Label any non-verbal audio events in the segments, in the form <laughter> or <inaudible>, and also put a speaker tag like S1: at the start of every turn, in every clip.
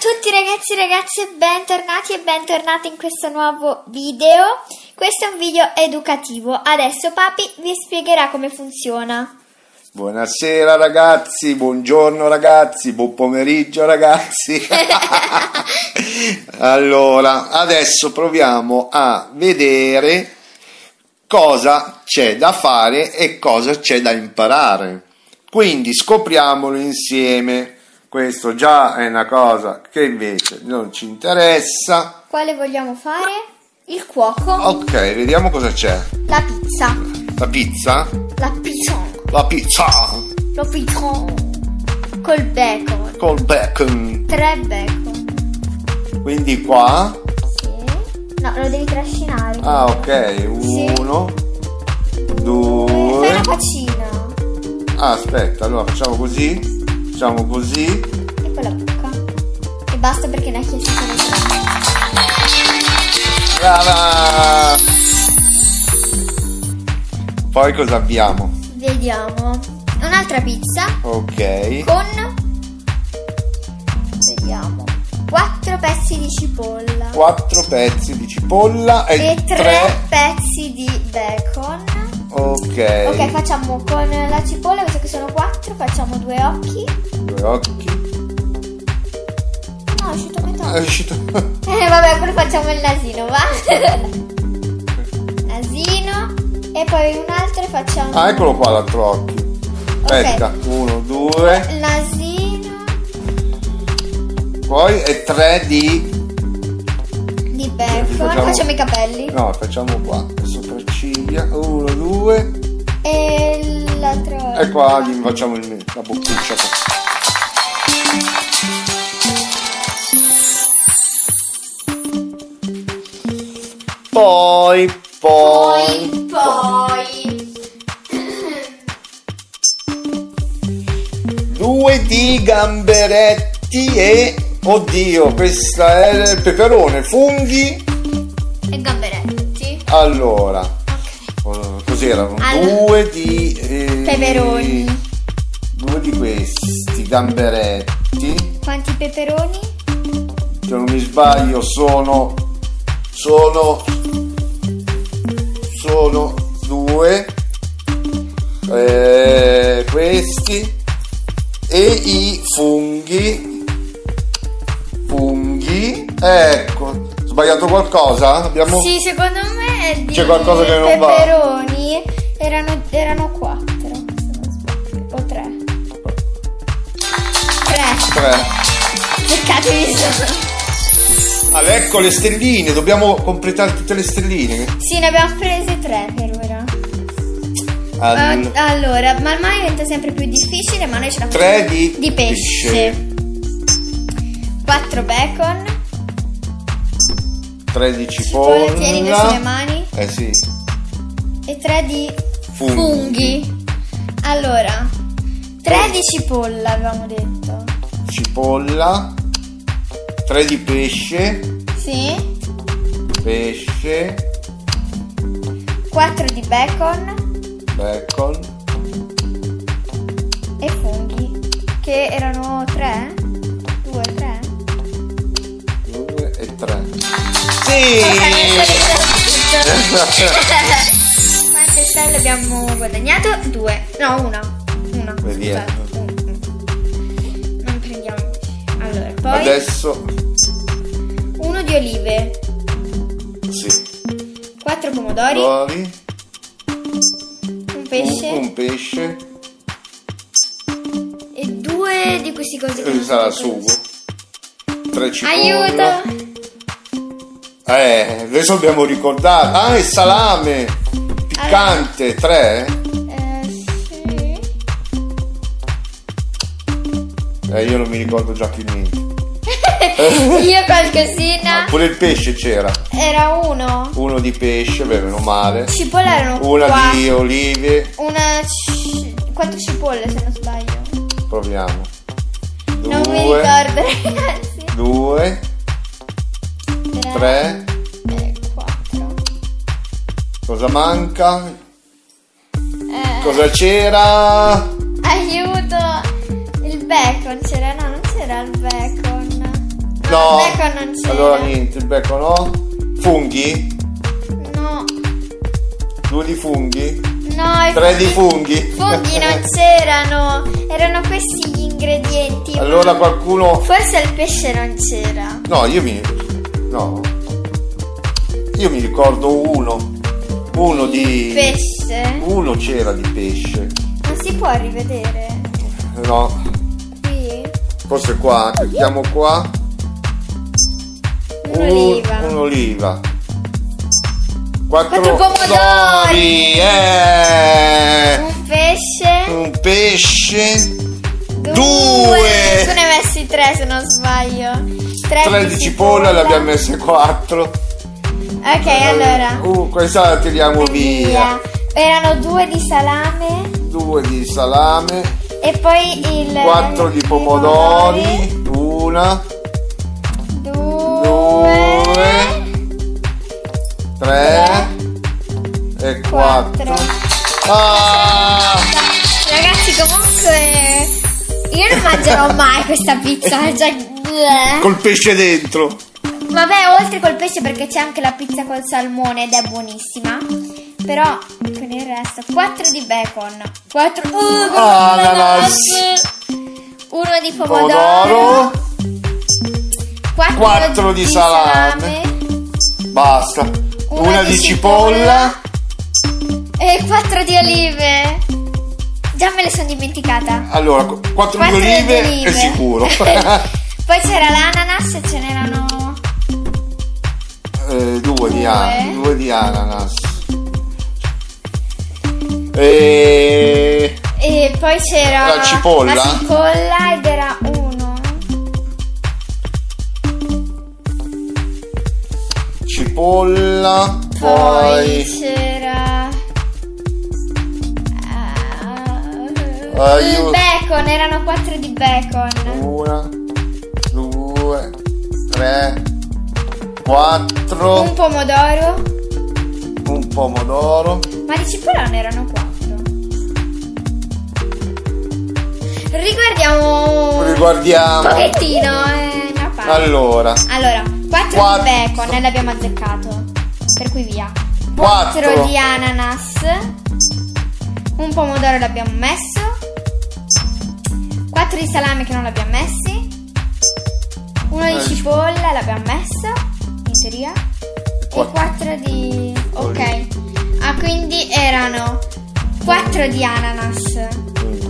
S1: tutti ragazzi e ragazze, bentornati e bentornate in questo nuovo video. Questo è un video educativo. Adesso Papi vi spiegherà come funziona.
S2: Buonasera ragazzi, buongiorno ragazzi, buon pomeriggio ragazzi. allora, adesso proviamo a vedere cosa c'è da fare e cosa c'è da imparare. Quindi scopriamolo insieme. Questo già è una cosa che invece non ci interessa.
S1: Quale vogliamo fare? Il cuoco.
S2: Ok, vediamo cosa c'è.
S1: La pizza.
S2: La pizza?
S1: La pizza.
S2: La pizza
S1: La pizza. Col bacon.
S2: col bacon.
S1: Tre bacon.
S2: Quindi qua
S1: Sì. No, lo devi trascinare.
S2: Ah, ok.
S1: Sì.
S2: Uno,
S1: Fai
S2: due.
S1: una faccina.
S2: Ah, aspetta, allora facciamo così. Facciamo così.
S1: E poi la bocca. E basta perché ne ha chiesto solo tre.
S2: Brava! Poi cosa abbiamo?
S1: Vediamo. Un'altra pizza.
S2: Ok.
S1: con vediamo 4 pezzi di cipolla
S2: Quattro pezzi di cipolla e,
S1: e 3 pezzi di bacon
S2: Ok.
S1: ok facciamo con la cipolla visto che sono 4 facciamo due occhi
S2: Due occhi.
S1: no è uscito
S2: Ah, È
S1: metà
S2: uscito.
S1: <laughs>
S2: <laughs>
S1: eh, vabbè poi facciamo il nasino va <laughs> nasino e poi un altro e facciamo
S2: Ah, eccolo qua l'altro occhio. Aspetta, uno, due.
S1: nasino
S2: Poi e tre di.
S1: di bacon
S2: Eh, Facciamo-
S1: facciamo, i capelli
S2: No, facciamo qua. Le sopracciglia. Uno, due.
S1: e l'altro
S2: E Eh. qua gli facciamo il- la boccuccia qua. Poi, poi,
S1: poi poi
S2: due di gamberetti e... Oddio, questa è il peperone, funghi.
S1: e gamberetti.
S2: Allora, eh, cos'erano?
S1: Allora-
S2: Due di... eh,
S1: Peperoni.
S2: Due di questi gamberetti.
S1: Quanti peperoni?
S2: se non mi sbaglio sono sono sono due eh, questi e i funghi funghi ecco ho sbagliato qualcosa abbiamo
S1: Sì, secondo me è di
S2: C'è qualcosa che non va.
S1: peperoni erano, erano quattro, se non sbaglio. O tre. Tre.
S2: tre
S1: Peccatevi solo.
S2: ah, ecco le stelline dobbiamo completare tutte le stelline
S1: Sì, ne abbiamo prese tre per ora.
S2: Al-
S1: Ah, Allora, man mano diventa sempre più difficile, ma noi ce la facciamo.
S2: tre di,
S1: di pesce. Quattro bacon.
S2: tre di
S1: Cipolla, tieni
S2: cipolla
S1: sulle mani.
S2: eh sì
S1: E tre di
S2: Funghi.
S1: funghi. Allora, tre di cipolla avevamo detto.
S2: cipolla, 3 di pesce,
S1: Sì.
S2: pesce,
S1: Quattro di bacon
S2: bacon,
S1: e funghi. Che erano tre? Due, tre?
S2: 2 e 3.
S1: Ok, mi
S2: Sì! <laughs>
S1: sono risolta. <laughs> Quante stelle abbiamo guadagnato? Due. No, una. Una.
S2: Vediamo.
S1: scusate. Un- un. Non prendiamoci. Allora, poi
S2: Adesso
S1: uno di olive,
S2: sì.
S1: quattro pomodori,
S2: Pomodori,
S1: un
S2: un,
S1: pesce.
S2: un pesce,
S1: E due di questi cose che
S2: eh,
S1: non
S2: sarà
S1: sono
S2: sugo.
S1: cose.
S2: 3 cipolla.
S1: Aiuto!
S2: Eh, adesso dobbiamo ricordare. Ah, e salame piccante, 3.
S1: Eh, sì.
S2: Eh, io non mi ricordo già più niente. Eh.
S1: Io qualcosina.
S2: Pure il pesce c'era.
S1: Era uno.
S2: Uno di pesce, beh, meno male.
S1: Cipolla erano
S2: Una
S1: qua.
S2: di olive,
S1: Una. ci- Quattro cipolle se non sbaglio.
S2: proviamo. Due,
S1: Non mi ricordo, <laughs> ragazzi.
S2: 2,
S1: Tre.
S2: 3,
S1: E eh, quattro.
S2: cosa manca?
S1: Eh,
S2: Cosa c'era?
S1: aiuto! Il bacon c'era, no, non c'era il bacon.
S2: No.
S1: Il becco non c'era.
S2: Allora niente, il becco no. Funghi?
S1: No,
S2: Due di funghi?
S1: no. i
S2: Tre di
S1: funghi-
S2: funghi?
S1: Funghi
S2: <laughs>
S1: non c'erano, erano questi gli ingredienti.
S2: Allora qualcuno...
S1: Forse il pesce non c'era.
S2: No, io mi... No. Io mi ricordo uno. Uno di...
S1: Pesce?
S2: Uno c'era di pesce.
S1: Non si può rivedere.
S2: No.
S1: Qui?
S2: Eh. Forse qua. Clicchiamo qua. Un-
S1: Un'oliva.
S2: Un'oliva. Quattro,
S1: Quattro pomodori.
S2: eh!
S1: Un pesce?
S2: Un pesce.
S1: Due.
S2: Due.
S1: Tu ne hai messi tre se non sbaglio. Tre,
S2: Tre di cipolla, ne abbiamo messe quattro.
S1: Ok, allora.
S2: Uh, questa la tiriamo via.
S1: Erano due di salame
S2: Due di salame.
S1: e poi il...
S2: Quattro di
S1: i
S2: pomodori. Una.
S1: Due.
S2: Due. Tre. E
S1: Quattro.
S2: quattro. Ah!
S1: Ragazzi, comunque io non mangerò mai questa pizza, <laughs> cioè bleh.
S2: Col pesce dentro.
S1: Vabbè, oltre col pesce perché c'è anche la pizza col salmone ed è buonissima. Però con il resto 4 di bacon, uh, 4
S2: Ah, Ananas.
S1: uno di pomodoro,
S2: Pomodoro.
S1: 4,
S2: Quattro di salame. Basta.
S1: Una
S2: Una,
S1: di
S2: di, cipolla.
S1: e 4 di olive. Già me le sono dimenticata.
S2: Allora, qu- quattro di
S1: Quattro
S2: olive,
S1: olive.
S2: è <laughs> sicuro.
S1: <laughs> Poi c'era l'ananas e ce n'erano
S2: Eh, due, di an-
S1: Due.
S2: due di ananas. E...
S1: E poi c'era
S2: La cipolla?
S1: La cipolla ed era uno.
S2: Cipolla.
S1: Poi
S2: Poi...
S1: c'era. ah, il
S2: Aiuto.
S1: bacon, erano quattro di bacon.
S2: Una. Due. Tre.
S1: Un
S2: Quattro.
S1: pomodoro.
S2: Un pomodoro.
S1: Ma di cipolla non erano quattro. Riguardiamo un
S2: Riguardiamo.
S1: pochettino, eh, una parte.
S2: Allora.
S1: Allora, 4
S2: Quattro.
S1: di bacon e l'abbiamo azzeccato. Per cui via. 4
S2: Quattro.
S1: di ananas. Un pomodoro l'abbiamo messo. 4 di salame che non l'abbiamo messi. Uno di
S2: Eh,
S1: cipolla l'abbiamo messo, in teoria. E
S2: Quattro.
S1: 4 di... ok.
S2: Olive.
S1: Ah, quindi erano 4 di ananas.
S2: Quindi,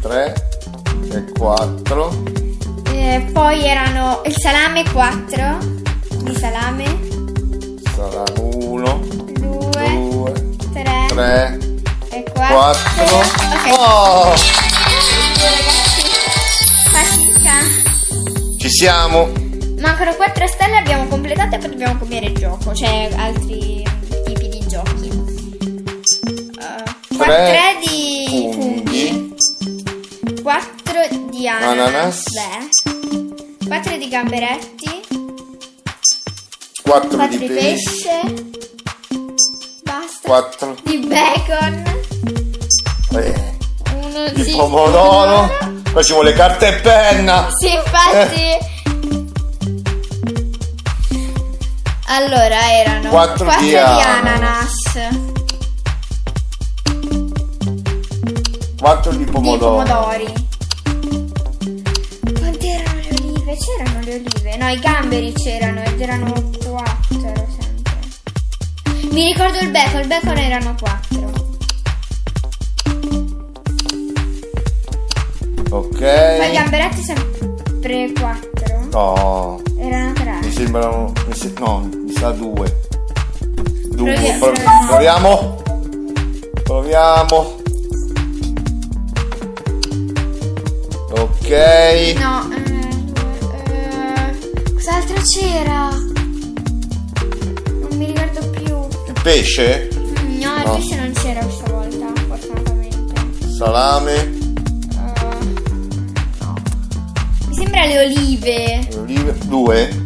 S2: Tre. E quattro.
S1: Eh, poi erano il salame 4 di salame.
S2: Sarà uno.
S1: 2,
S2: Due.
S1: 3
S2: Tre.
S1: e 4.
S2: Quattro.
S1: Ok,
S2: Oh!
S1: fatica.
S2: Ci siamo.
S1: Mancano 4 stelle, abbiamo completato e poi dobbiamo copiare il gioco, cioè altri tipi di giochi. 3
S2: Tre
S1: di
S2: funghi.
S1: funghi, 4 di ananas,
S2: Ananas.
S1: 4 di gamberetti,
S2: Quattro
S1: 4
S2: di
S1: di
S2: pesce.
S1: pesce, basta,
S2: Quattro.
S1: di bacon,
S2: Eh,
S1: 1
S2: di
S1: di
S2: pomodoro. Poi ci vuole carta e penna.
S1: Sì, infatti. Allora, erano
S2: Quattro
S1: 4
S2: di
S1: di ananas,
S2: ananas. Quattro di
S1: di
S2: pomodoro.
S1: pomodori. Quante erano le olive? C'erano le olive? No, i gamberi c'erano ed erano 4 sempre. Mi ricordo il bacon, il bacon erano 4. Poi i
S2: Ok.
S1: gamberetti sempre 4.
S2: Eh. No.
S1: Erano 3.
S2: Mi sembrano. Mi se- no, mi sa due. Due.
S1: Provi-
S2: Pro-
S1: proviamo.
S2: proviamo. Proviamo. Ok.
S1: No, eh, eh, cos'altro c'era? Non mi ricordo più.
S2: Il pesce?
S1: Mm, No, il
S2: No.
S1: pesce non c'era questa volta, fortunatamente.
S2: Salame.
S1: Eh, no. Mi sembra le olive.
S2: Olive. Due.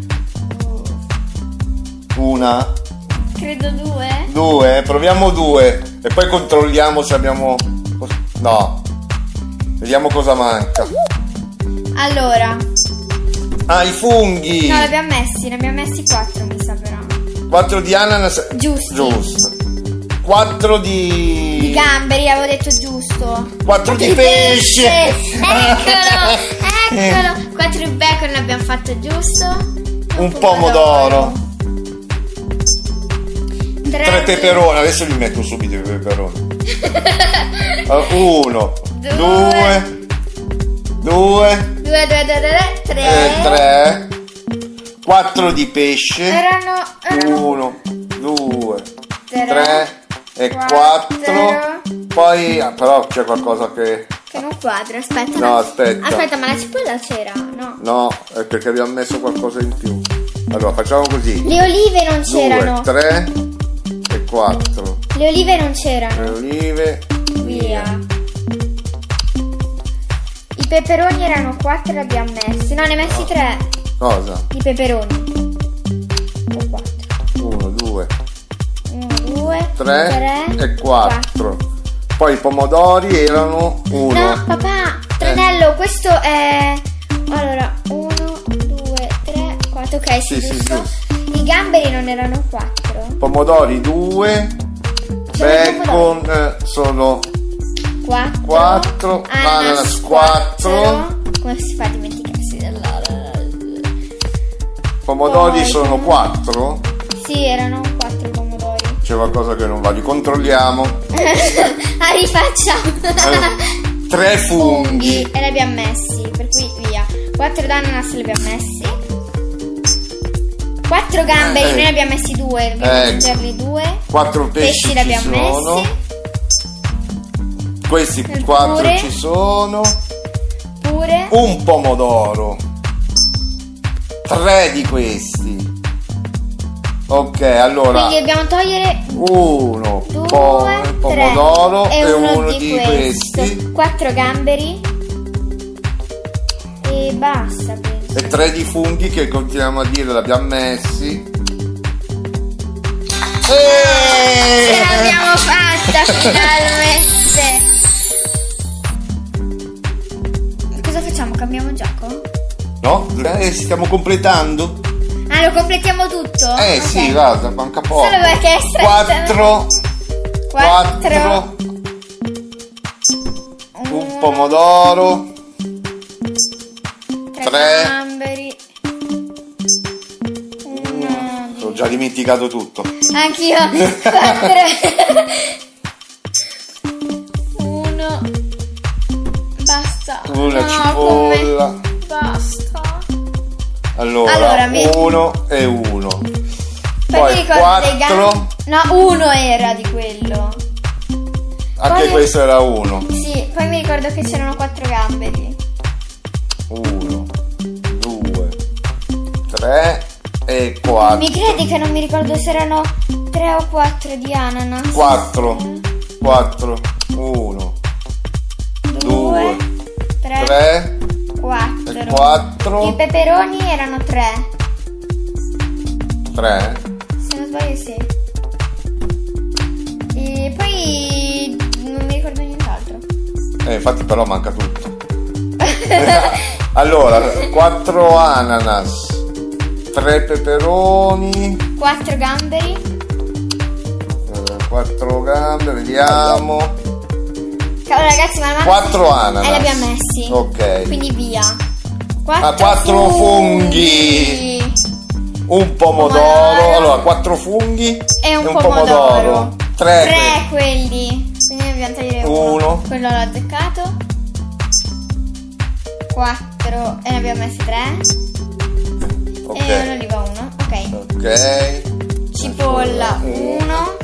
S2: Una.
S1: Credo due.
S2: Due, proviamo due e poi controlliamo se abbiamo. No, vediamo cosa manca.
S1: Allora,
S2: Ah, i funghi!
S1: No, li abbiamo messi, ne abbiamo messi quattro, mi sa però.
S2: 4 di ananas.
S1: Giusti.
S2: Giusto. 4 di.
S1: I gamberi, avevo detto giusto.
S2: Quattro di pesce. <laughs>
S1: Eccolo, eccolo. Quattro di bacon l'abbiamo fatto giusto.
S2: Un pomodoro. Tre peperoni. Adesso li metto subito
S1: <laughs>
S2: i peperoni. Ah, Uno,
S1: Due.
S2: due, due,
S1: Due, due, due, due, due, tre.
S2: e Eh, tre, quattro di pesce.
S1: Erano, erano
S2: Uno, due,
S1: Tre,
S2: tre e quattro.
S1: quattro.
S2: Poi, ah, però, c'è qualcosa che.
S1: Che non quadra, aspetta.
S2: No,
S1: ma-
S2: aspetta.
S1: Aspetta, ma la cipolla c'era, no?
S2: No, è perché abbiamo messo qualcosa in più. Allora, facciamo così.
S1: Le olive non
S2: 2,
S1: c'erano.
S2: 3 e 4.
S1: Le olive non c'erano.
S2: Le olive.
S1: Via. I peperoni erano quattro, li abbiamo messi. No, ne hai messi tre
S2: Cosa?
S1: di peperoni. O quattro.
S2: 1, 2,
S1: Uno, due,
S2: 3
S1: tre
S2: e 4. Poi i pomodori
S1: No,
S2: erano 1.
S1: papà, tranello, questo è. Allora, 1, 2, 3, 4. Ok, sì,
S2: Sì, sì,
S1: giusto. I gamberi non erano 4.
S2: Pomodori 2.
S1: C'è il
S2: Bacon eh, sono
S1: 4.
S2: Quattro, ananas quattro.
S1: Come si fa a dimenticarsi dell'ananas?
S2: pomodori
S1: Poi-
S2: sono 4.
S1: Sì, erano 4 <laughs>
S2: <laughs>
S1: pomodori.
S2: C'è qualcosa che non va, li controlliamo.
S1: ah, rifacciamo. <laughs>
S2: 3 Eh, funghi.
S1: e li abbiamo messi, per cui via. 4 d'ananas li abbiamo messi. 4 gamberi,
S2: Eh.
S1: noi ne abbiamo messi due, dobbiamo
S2: Eh.
S1: mangiarli due.
S2: 4 pesci,
S1: Pesci li
S2: ci
S1: abbiamo
S2: sono.
S1: messi.
S2: Questi
S1: Eppure-
S2: 4 ci sono.
S1: Pure.
S2: un pomodoro. Tre di questi. Ok, allora
S1: Quindi dobbiamo togliere
S2: uno
S1: due,
S2: po- pomodoro
S1: tre,
S2: e uno di
S1: questo.
S2: questi.
S1: Quattro gamberi. E basta, penso.
S2: E tre di funghi che continuiamo a dire l'abbiamo messi.
S1: Ce
S2: E...
S1: l'abbiamo fatta
S2: <laughs>
S1: finalmente. Cosa facciamo? Cambiamo gioco?
S2: No? Eh, stiamo completando?
S1: Ah, lo completiamo tutto?
S2: Eh sì,
S1: va.
S2: guarda, manca poco.
S1: Solo perché è stressante.
S2: Quattro, quattro, un pomodoro.
S1: tre,
S2: tre.
S1: gamberi. Uno,
S2: Ho già dimenticato tutto.
S1: Anch'io.
S2: <laughs>
S1: Quattro. Uno. Basta.
S2: Una
S1: no,
S2: cipolla.
S1: come- Basta.
S2: Allora,
S1: Allora, mi-
S2: uno e uno.
S1: ti
S2: Poi
S1: ricordi dei
S2: quattro.
S1: gam- No, uno era di quello.
S2: Anche
S1: Poi-
S2: questo era uno.
S1: Sì, poi mi ricordo che c'erano quattro gamberi.
S2: Uno, due, tre e quattro.
S1: Mi credi che non mi ricordo se erano tre o quattro di ananas?
S2: Quattro.
S1: Eh,
S2: Quattro. Uno,
S1: Due. Tre.
S2: tre
S1: Quattro.
S2: e quattro.
S1: I peperoni erano tre.
S2: Tre.
S1: Se non sbaglio sì. E poi non mi ricordo nient'altro.
S2: Eh, infatti però manca
S1: <laughs>
S2: tutto. allora, quattro ananas, tre peperoni,
S1: Quattro gamberi.
S2: eh, quattro gambe, vediamo.
S1: Cavolo Cioè, oh, ragazzi, ma la mamma-
S2: Quattro ananas.
S1: Eh, li abbiamo messi.
S2: Ok.
S1: Quindi via.
S2: Ah, quattro funghi. Un pomodoro,
S1: Pomodoro.
S2: allora quattro funghi
S1: E un,
S2: pomodoro. Tre.
S1: Tre quelli. Quindi ne dobbiamo tagliare uno.
S2: Uno.
S1: Quello l'ho azzeccato. Quattro. E ne abbiamo messi tre. E
S2: Ok.
S1: un'oliva Eh, uno. Ok.
S2: Ok.
S1: Cipolla uno.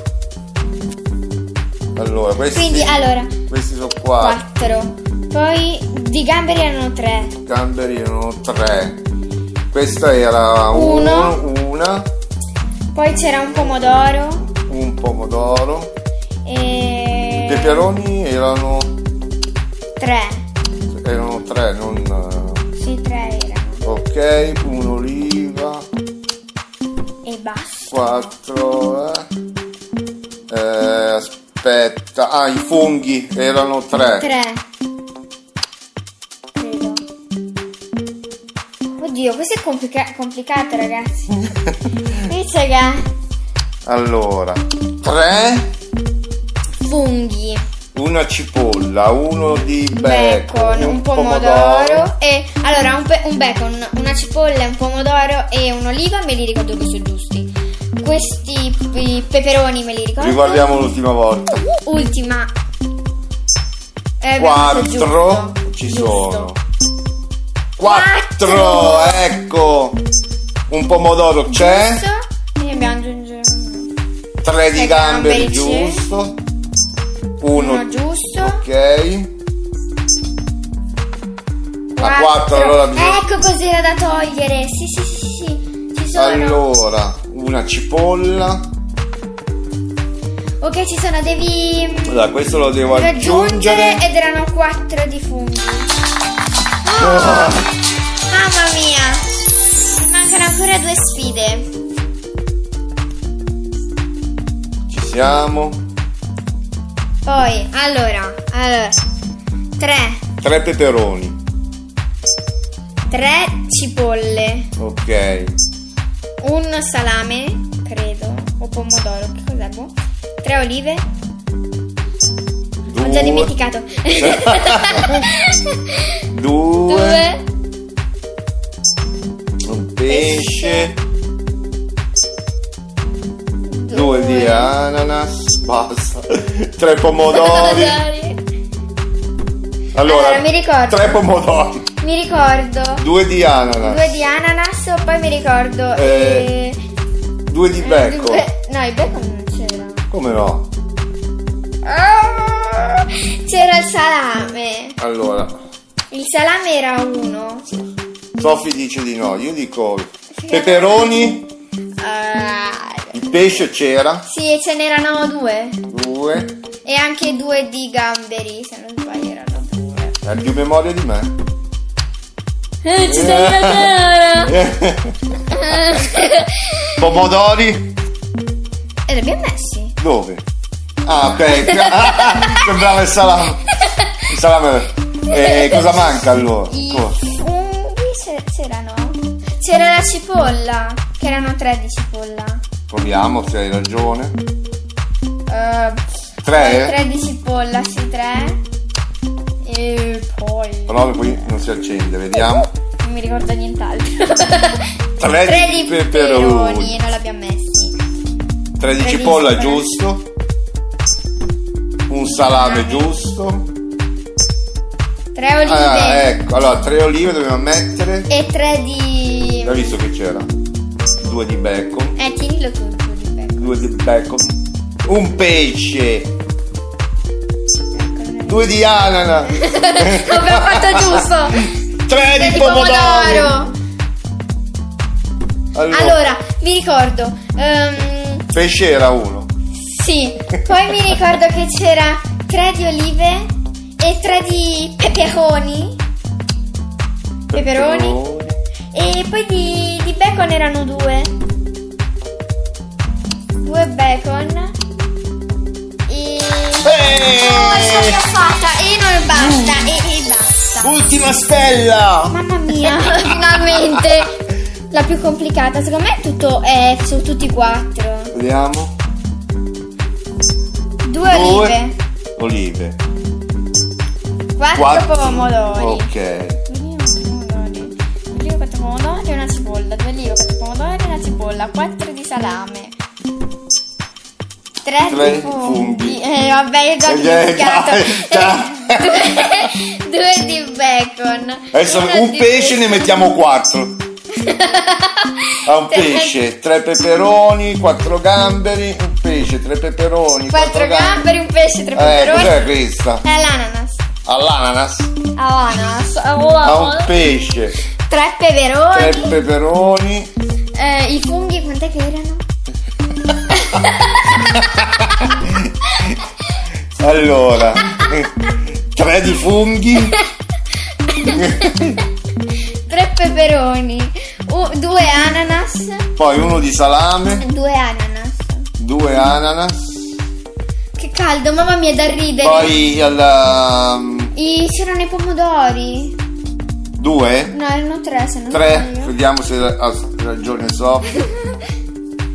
S2: Allora, questi
S1: Quindi allora
S2: questi sono qua.
S1: quattro. Poi di gamberi erano tre.
S2: Gamberi erano tre. Questa era
S1: Uno.
S2: uno, una,
S1: Poi c'era un pomodoro
S2: un pomodoro.
S1: e
S2: I peperoni erano
S1: tre.
S2: erano tre, non eh,
S1: Sì, tre erano.
S2: ok, un'oliva,
S1: E basta.
S2: quattro eh. Eh, aspetta, ah i funghi erano tre.
S1: Tre. Credo. Oddio, Oddio, questo è complica- complicato, ragazzi. Pizzaga.
S2: Allora, 3,
S1: Funghi.
S2: una cipolla, uno di bacon,
S1: Bacon, un pomodoro. E allora un, pe- un bacon, una cipolla, un pomodoro e un'oliva me li ricordo giusti giusti. Questi i peperoni me li ricordo.
S2: Riguardiamo l'ultima volta.
S1: Ultima. Eh, abbiamo messo
S2: Quattro
S1: giusto.
S2: ci
S1: Giusto.
S2: sono.
S1: Quattro.
S2: Quattro, ecco. Un pomodoro c'è,
S1: Giusto. E abbiamo aggiunto
S2: tre
S1: Sei
S2: di gamberi
S1: gamberi, sì.
S2: giusto,
S1: uno,
S2: uno
S1: giusto.
S2: ok. A quattro
S1: Quattro.
S2: allora bisogna-
S1: Ecco cos'era da togliere. Sì, sì, sì, sì. Ci sono.
S2: Allora, una cipolla.
S1: Ok, ci sono, devi mm,
S2: Allora, questo lo devo
S1: raggiungere
S2: aggiungere.
S1: ed erano quattro di funghi. Oh,
S2: Ah.
S1: Mamma mia! Mi mancano ancora due sfide.
S2: Ci siamo.
S1: Poi, allora, allora. Tre,
S2: Tre peperoni.
S1: tre cipolle,
S2: Ok.
S1: un salame, credo, o pomodoro, che cos'è? boh? Tre olive, ho già
S2: Due-
S1: dimenticato. <laughs>
S2: Due.
S1: due,
S2: Un pesce. Due di ananas. Basta. <laughs> Tre pomodori. Allora,
S1: Allora, mi ricordo.
S2: Tre pomodori.
S1: <laughs> Mi ricordo
S2: Due di ananas.
S1: due di ananas, poi mi ricordo
S2: Eh,
S1: eh,
S2: Due di bacon.
S1: due- no, il bacon non c'era.
S2: Come no?
S1: Ah, c'era il salame.
S2: Allora,
S1: Il salame era uno.
S2: Sofi dice di no. Io dico peperoni.
S1: Ah,
S2: Il pesce c'era.
S1: sì, e ce n'erano due.
S2: Due.
S1: E anche due di gamberi, se non sbaglio erano due.
S2: Hai più memoria di me.
S1: Eh, ci sei arrivata! Eh.
S2: <laughs> Pomodori
S1: E li abbiamo messi.
S2: dove? Ah, ok. Ah,
S1: <laughs>
S2: sembrava il salame. Il salame. Eh, cosa manca allora?
S1: I
S2: Co-
S1: funghi c'e- c'erano. C'era la cipolla, che erano tre di cipolla.
S2: Proviamo, se hai ragione.
S1: Eh,
S2: Tre?
S1: Tre di cipolla, sì, tre. E poi.
S2: Però qui non si accende, vediamo.
S1: Non mi ricordo nient'altro.
S2: Tre
S1: Tre
S2: di
S1: di
S2: peperoni.
S1: peperoni, non l'abbiamo messi.
S2: Tre di
S1: Tre di
S2: cipolla
S1: cipolla.
S2: giusto. Un salame
S1: Salame.
S2: giusto.
S1: Tre olive
S2: Ah, ecco, allora tre olive dobbiamo mettere.
S1: e tre di.
S2: Hai visto che c'era? Due di bacon.
S1: Eh, tienilo tu. tu di becco.
S2: Due di bacon. Un pesce.
S1: Ecco, <laughs> non
S2: Due di anana.
S1: è- <laughs> Abbiamo fatto giusto.
S2: <laughs> Tre
S1: Tre
S2: di pomodori. Allora,
S1: Allora, mi ricordo. ehm,
S2: pesce era uno.
S1: sì, poi mi ricordo che c'era tre di olive e tre di peperoni. Peperoni. E poi di, di bacon erano due. Due bacon. E. Oh, ce l'abbiamo
S2: Eh,
S1: fatta! E non basta! E, e basta!
S2: ultima stella.
S1: Mamma mia, finalmente! La più complicata, secondo me è tutto. Eh, sono tutti quattro.
S2: Vediamo.
S1: Due olive,
S2: Due olive.
S1: quattro,
S2: Quattro Oh.
S1: pomodori.
S2: Ok.
S1: Due pomodori, due olive, quattro pomodori e una cipolla, due olive, quattro pomodori e una cipolla, quattro di salame. Tre,
S2: Tre
S1: di funghi.
S2: funghi.
S1: Eh, vabbè, io già ho
S2: Eh, dai,
S1: dimenticato. <laughs>
S2: dai.
S1: Eh, due, due di bacon.
S2: Adesso
S1: uno
S2: un
S1: di-
S2: pesce ne mettiamo quattro. A un
S1: Tre-
S2: pesce, tre peperoni, quattro gamberi, un pesce, tre peperoni,
S1: Quattro gamberi, un pesce, tre
S2: Eh,
S1: peperoni.
S2: cos'è questa?
S1: È l'ananas. Ah, oh,
S2: All'ananas.
S1: Ananas.
S2: A
S1: Uovo.
S2: Ah, un pesce,
S1: Tre
S2: tre
S1: peperoni.
S2: peperoni,
S1: Eh, I funghi quant'è che erano?
S2: Allora, <laughs> tre di funghi,
S1: Tre peperoni. u- due ananas.
S2: poi uno di salame,
S1: Due ananas.
S2: due ananas,
S1: Che caldo, mamma mia, da ridere.
S2: poi alla-
S1: I- c'erano i pomodori.
S2: Due?
S1: No, erano tre se non
S2: Tre?
S1: sbaglio.
S2: Vediamo se ah, ragione Sofia.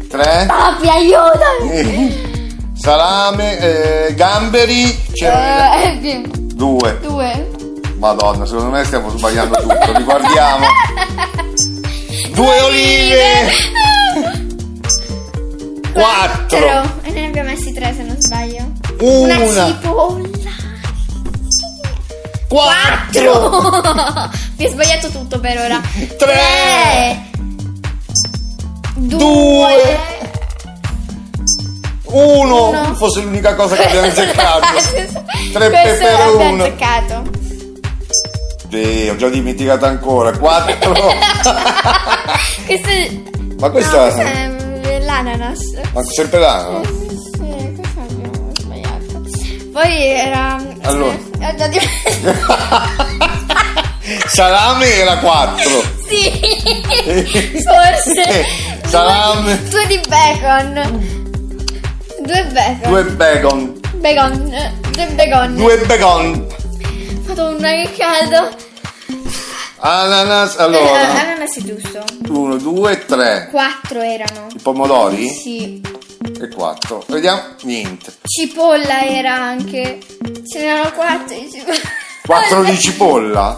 S2: Tre? <laughs>
S1: Papi, aiutami!
S2: Salame, eh, gamberi, c'era
S1: Eh,
S2: due.
S1: due.
S2: Madonna, secondo me stiamo sbagliando tutto. <laughs> Riguardiamo. Due olive. Quattro.
S1: E ne abbiamo messi tre se non sbaglio. Una
S2: Una.
S1: cipolla.
S2: Quattro.
S1: <laughs> Mi ho sbagliato tutto per ora.
S2: <laughs>
S1: Eh.
S2: Tre.
S1: Due.
S2: Due. Uno.
S1: Uno.
S2: Fosse l'unica cosa
S1: <laughs>
S2: che abbiamo azzeccato.
S1: Tre Questo
S2: peperuno.
S1: l'abbiamo azzeccato.
S2: Sì, ho già dimenticato ancora.
S1: <laughs>
S2: Quattro.
S1: Questo è...
S2: Ma
S1: no,
S2: questa
S1: questo è l'ananas.
S2: Ma sempre là. <laughs>
S1: Eh,
S2: no?
S1: Sì, sì, questo abbiamo sbagliato. Poi era...
S2: Allora.
S1: eh, ho già dimenticato.
S2: <laughs> Salame era quattro.
S1: Sì, forse.
S2: Salame.
S1: Due, due di bacon. Due bacon.
S2: Due bacon.
S1: Bacon. eh, Due bacon.
S2: Due bacon.
S1: Madonna, che caldo.
S2: Ananas.
S1: Eh,
S2: Allora.
S1: <laughs> Avevamo messo giusto.
S2: Uno, due, tre.
S1: Quattro erano.
S2: I pomodori?
S1: Sì.
S2: E quattro. Vediamo. Niente.
S1: Cipolla era anche. Ce n'erano quattro di cipolla.
S2: Quattro di cipolla.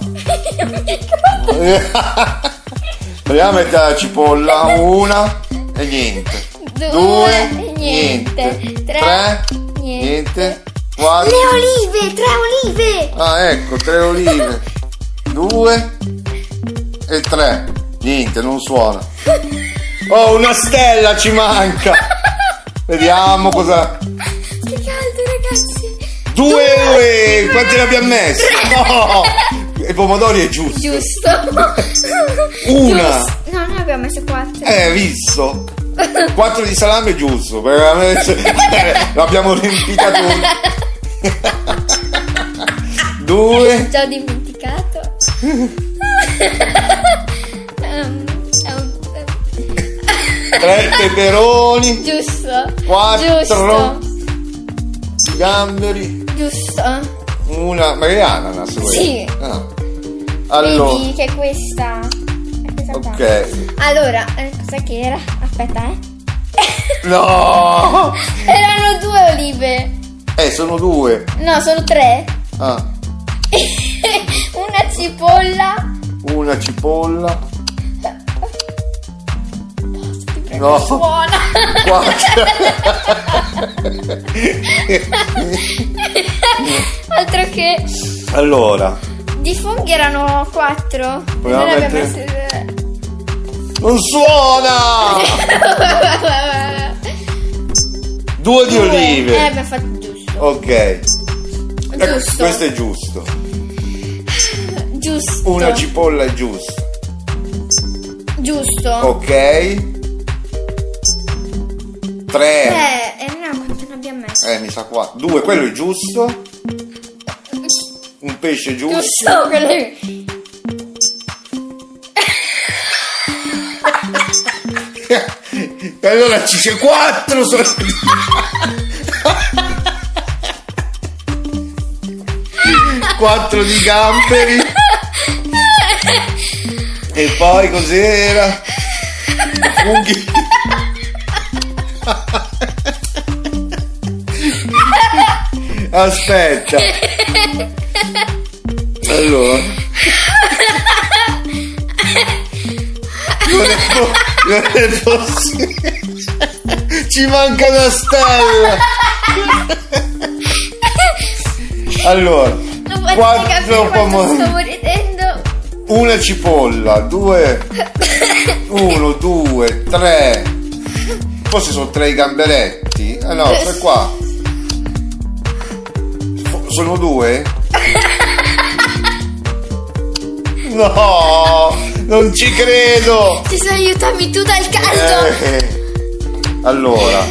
S2: Proviamo a mettere la cipolla. Una e niente.
S1: <laughs> Due, niente. Tre,
S2: Tre,
S1: niente.
S2: niente. Quattro.
S1: Le olive, tre olive.
S2: Ah, ecco, tre olive. Due e tre. Niente, non suona. Oh, una stella ci manca. Vediamo cosa.
S1: Che caldo, ragazzi.
S2: Due, uè, quanti ne abbiamo messi? No! I pomodori è giusto. <laughs>
S1: Giusto.
S2: Una.
S1: Giusto. No, noi abbiamo messo quattro.
S2: Eh, visto? Quattro di salame è giusto, veramente. <laughs> L'abbiamo riempita tutto. <laughs> Due.
S1: Già ho dimenticato.
S2: <laughs>
S1: Ehm, ehm, ehm,
S2: Tre peperoni,
S1: giusto.
S2: Quattro.
S1: Giusto.
S2: gamberi,
S1: Giusto.
S2: una. Ma è ananas quella?
S1: Sì.
S2: Ah. Allora,
S1: Vedi che è questa. È questa qua.
S2: ok.
S1: Allora, eh, cosa che era? Aspetta, eh.
S2: No!
S1: Erano due olive.
S2: Eh, sono due.
S1: No, sono tre. <laughs>
S2: Ah,
S1: Una cipolla.
S2: una cipolla.
S1: Ti prego,
S2: No.
S1: suona. <laughs>
S2: Quattro.
S1: Altro che
S2: Allora,
S1: di funghi erano quattro. Noi ne abbiamo
S2: Veramente?
S1: messi-
S2: non suona! Due di
S1: Due. Eh,
S2: olive.
S1: abbiamo fatto giusto.
S2: Ok. Ecco,
S1: Giusto.
S2: Questo è giusto.
S1: Giusto.
S2: Una cipolla è giusta.
S1: giusto.
S2: Ok. Tre.
S1: Eh, eh, no, quanto ne abbiamo messo?
S2: Eh, mi sa qua. Due, quello è giusto. Un pesce giusto.
S1: Giusto, quello.
S2: E allora ci c'è quattro. sono- Quattro di gamberi. E poi cos'era? Funghi. Aspetta. Allora. Non è, po- non è possibile. Ci manca una stella. Allora,
S1: Non potete
S2: Quattro
S1: capire quanto
S2: pomodori.
S1: stavo ridendo.
S2: una cipolla, due, uno, due, tre. Forse sono tre i gamberetti. Ah no, tre qua. Fo- Sono due? No, non ci credo.
S1: Ti sei aiutami tu dal caldo.
S2: Eh, Allora,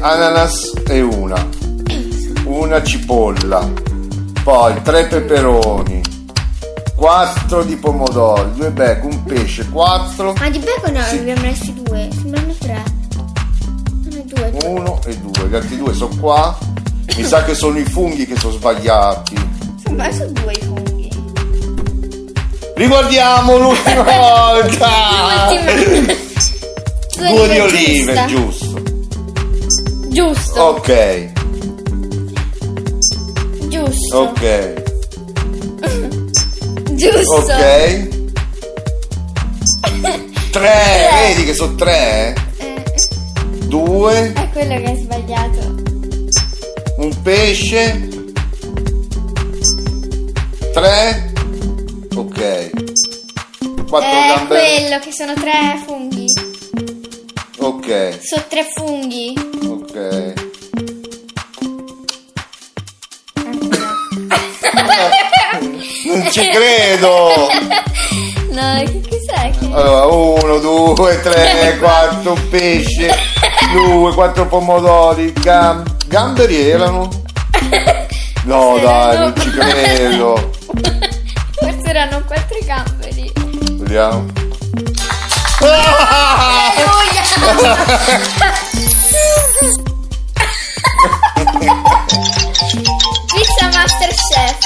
S2: ananas e una, Eh. una cipolla, poi tre peperoni, quattro di pomodori, due becco, un pesce, quattro,
S1: Ma di bacon no,
S2: Sì.
S1: ne abbiamo messi due. Sembrano tre. Sono due.
S2: uno e due. Gli altri due sono qua. Mi sa che Oh. sono i funghi che sono sbagliati.
S1: Sono, ma sono due i funghi.
S2: Riguardiamo <laughs> l'ultima volta.
S1: L'ultima.
S2: <laughs>
S1: Due
S2: Due Ah. di
S1: olive giusta.
S2: olive, giusto.
S1: Giusto,
S2: Oh. Ok,
S1: giusto,
S2: Oh. ok,
S1: giusto.
S2: ok. Tre, vedi che sono tre?
S1: Eh,
S2: Due,
S1: è quello che hai sbagliato.
S2: un pesce. Tre. Ok. Quattro
S1: è
S2: gambe.
S1: quello che sono tre funghi.
S2: Ok,
S1: Sono tre funghi.
S2: ok. Non ci credo!
S1: No, che cos'è? Che... <laughs>
S2: Allora, uno, due, tre, quattro pesce, due, quattro pomodori, gam- gamberi erano? No,
S1: Forse
S2: dai,
S1: erano-
S2: non ci credo.
S1: Forse erano quattro gamberi.
S2: Vediamo. <laughs>
S1: Alleluia! Pizza Masterchef.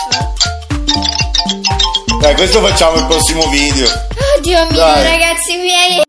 S2: Dai, questo facciamo il prossimo video.
S1: Oddio mio,
S2: Dai.
S1: ragazzi miei.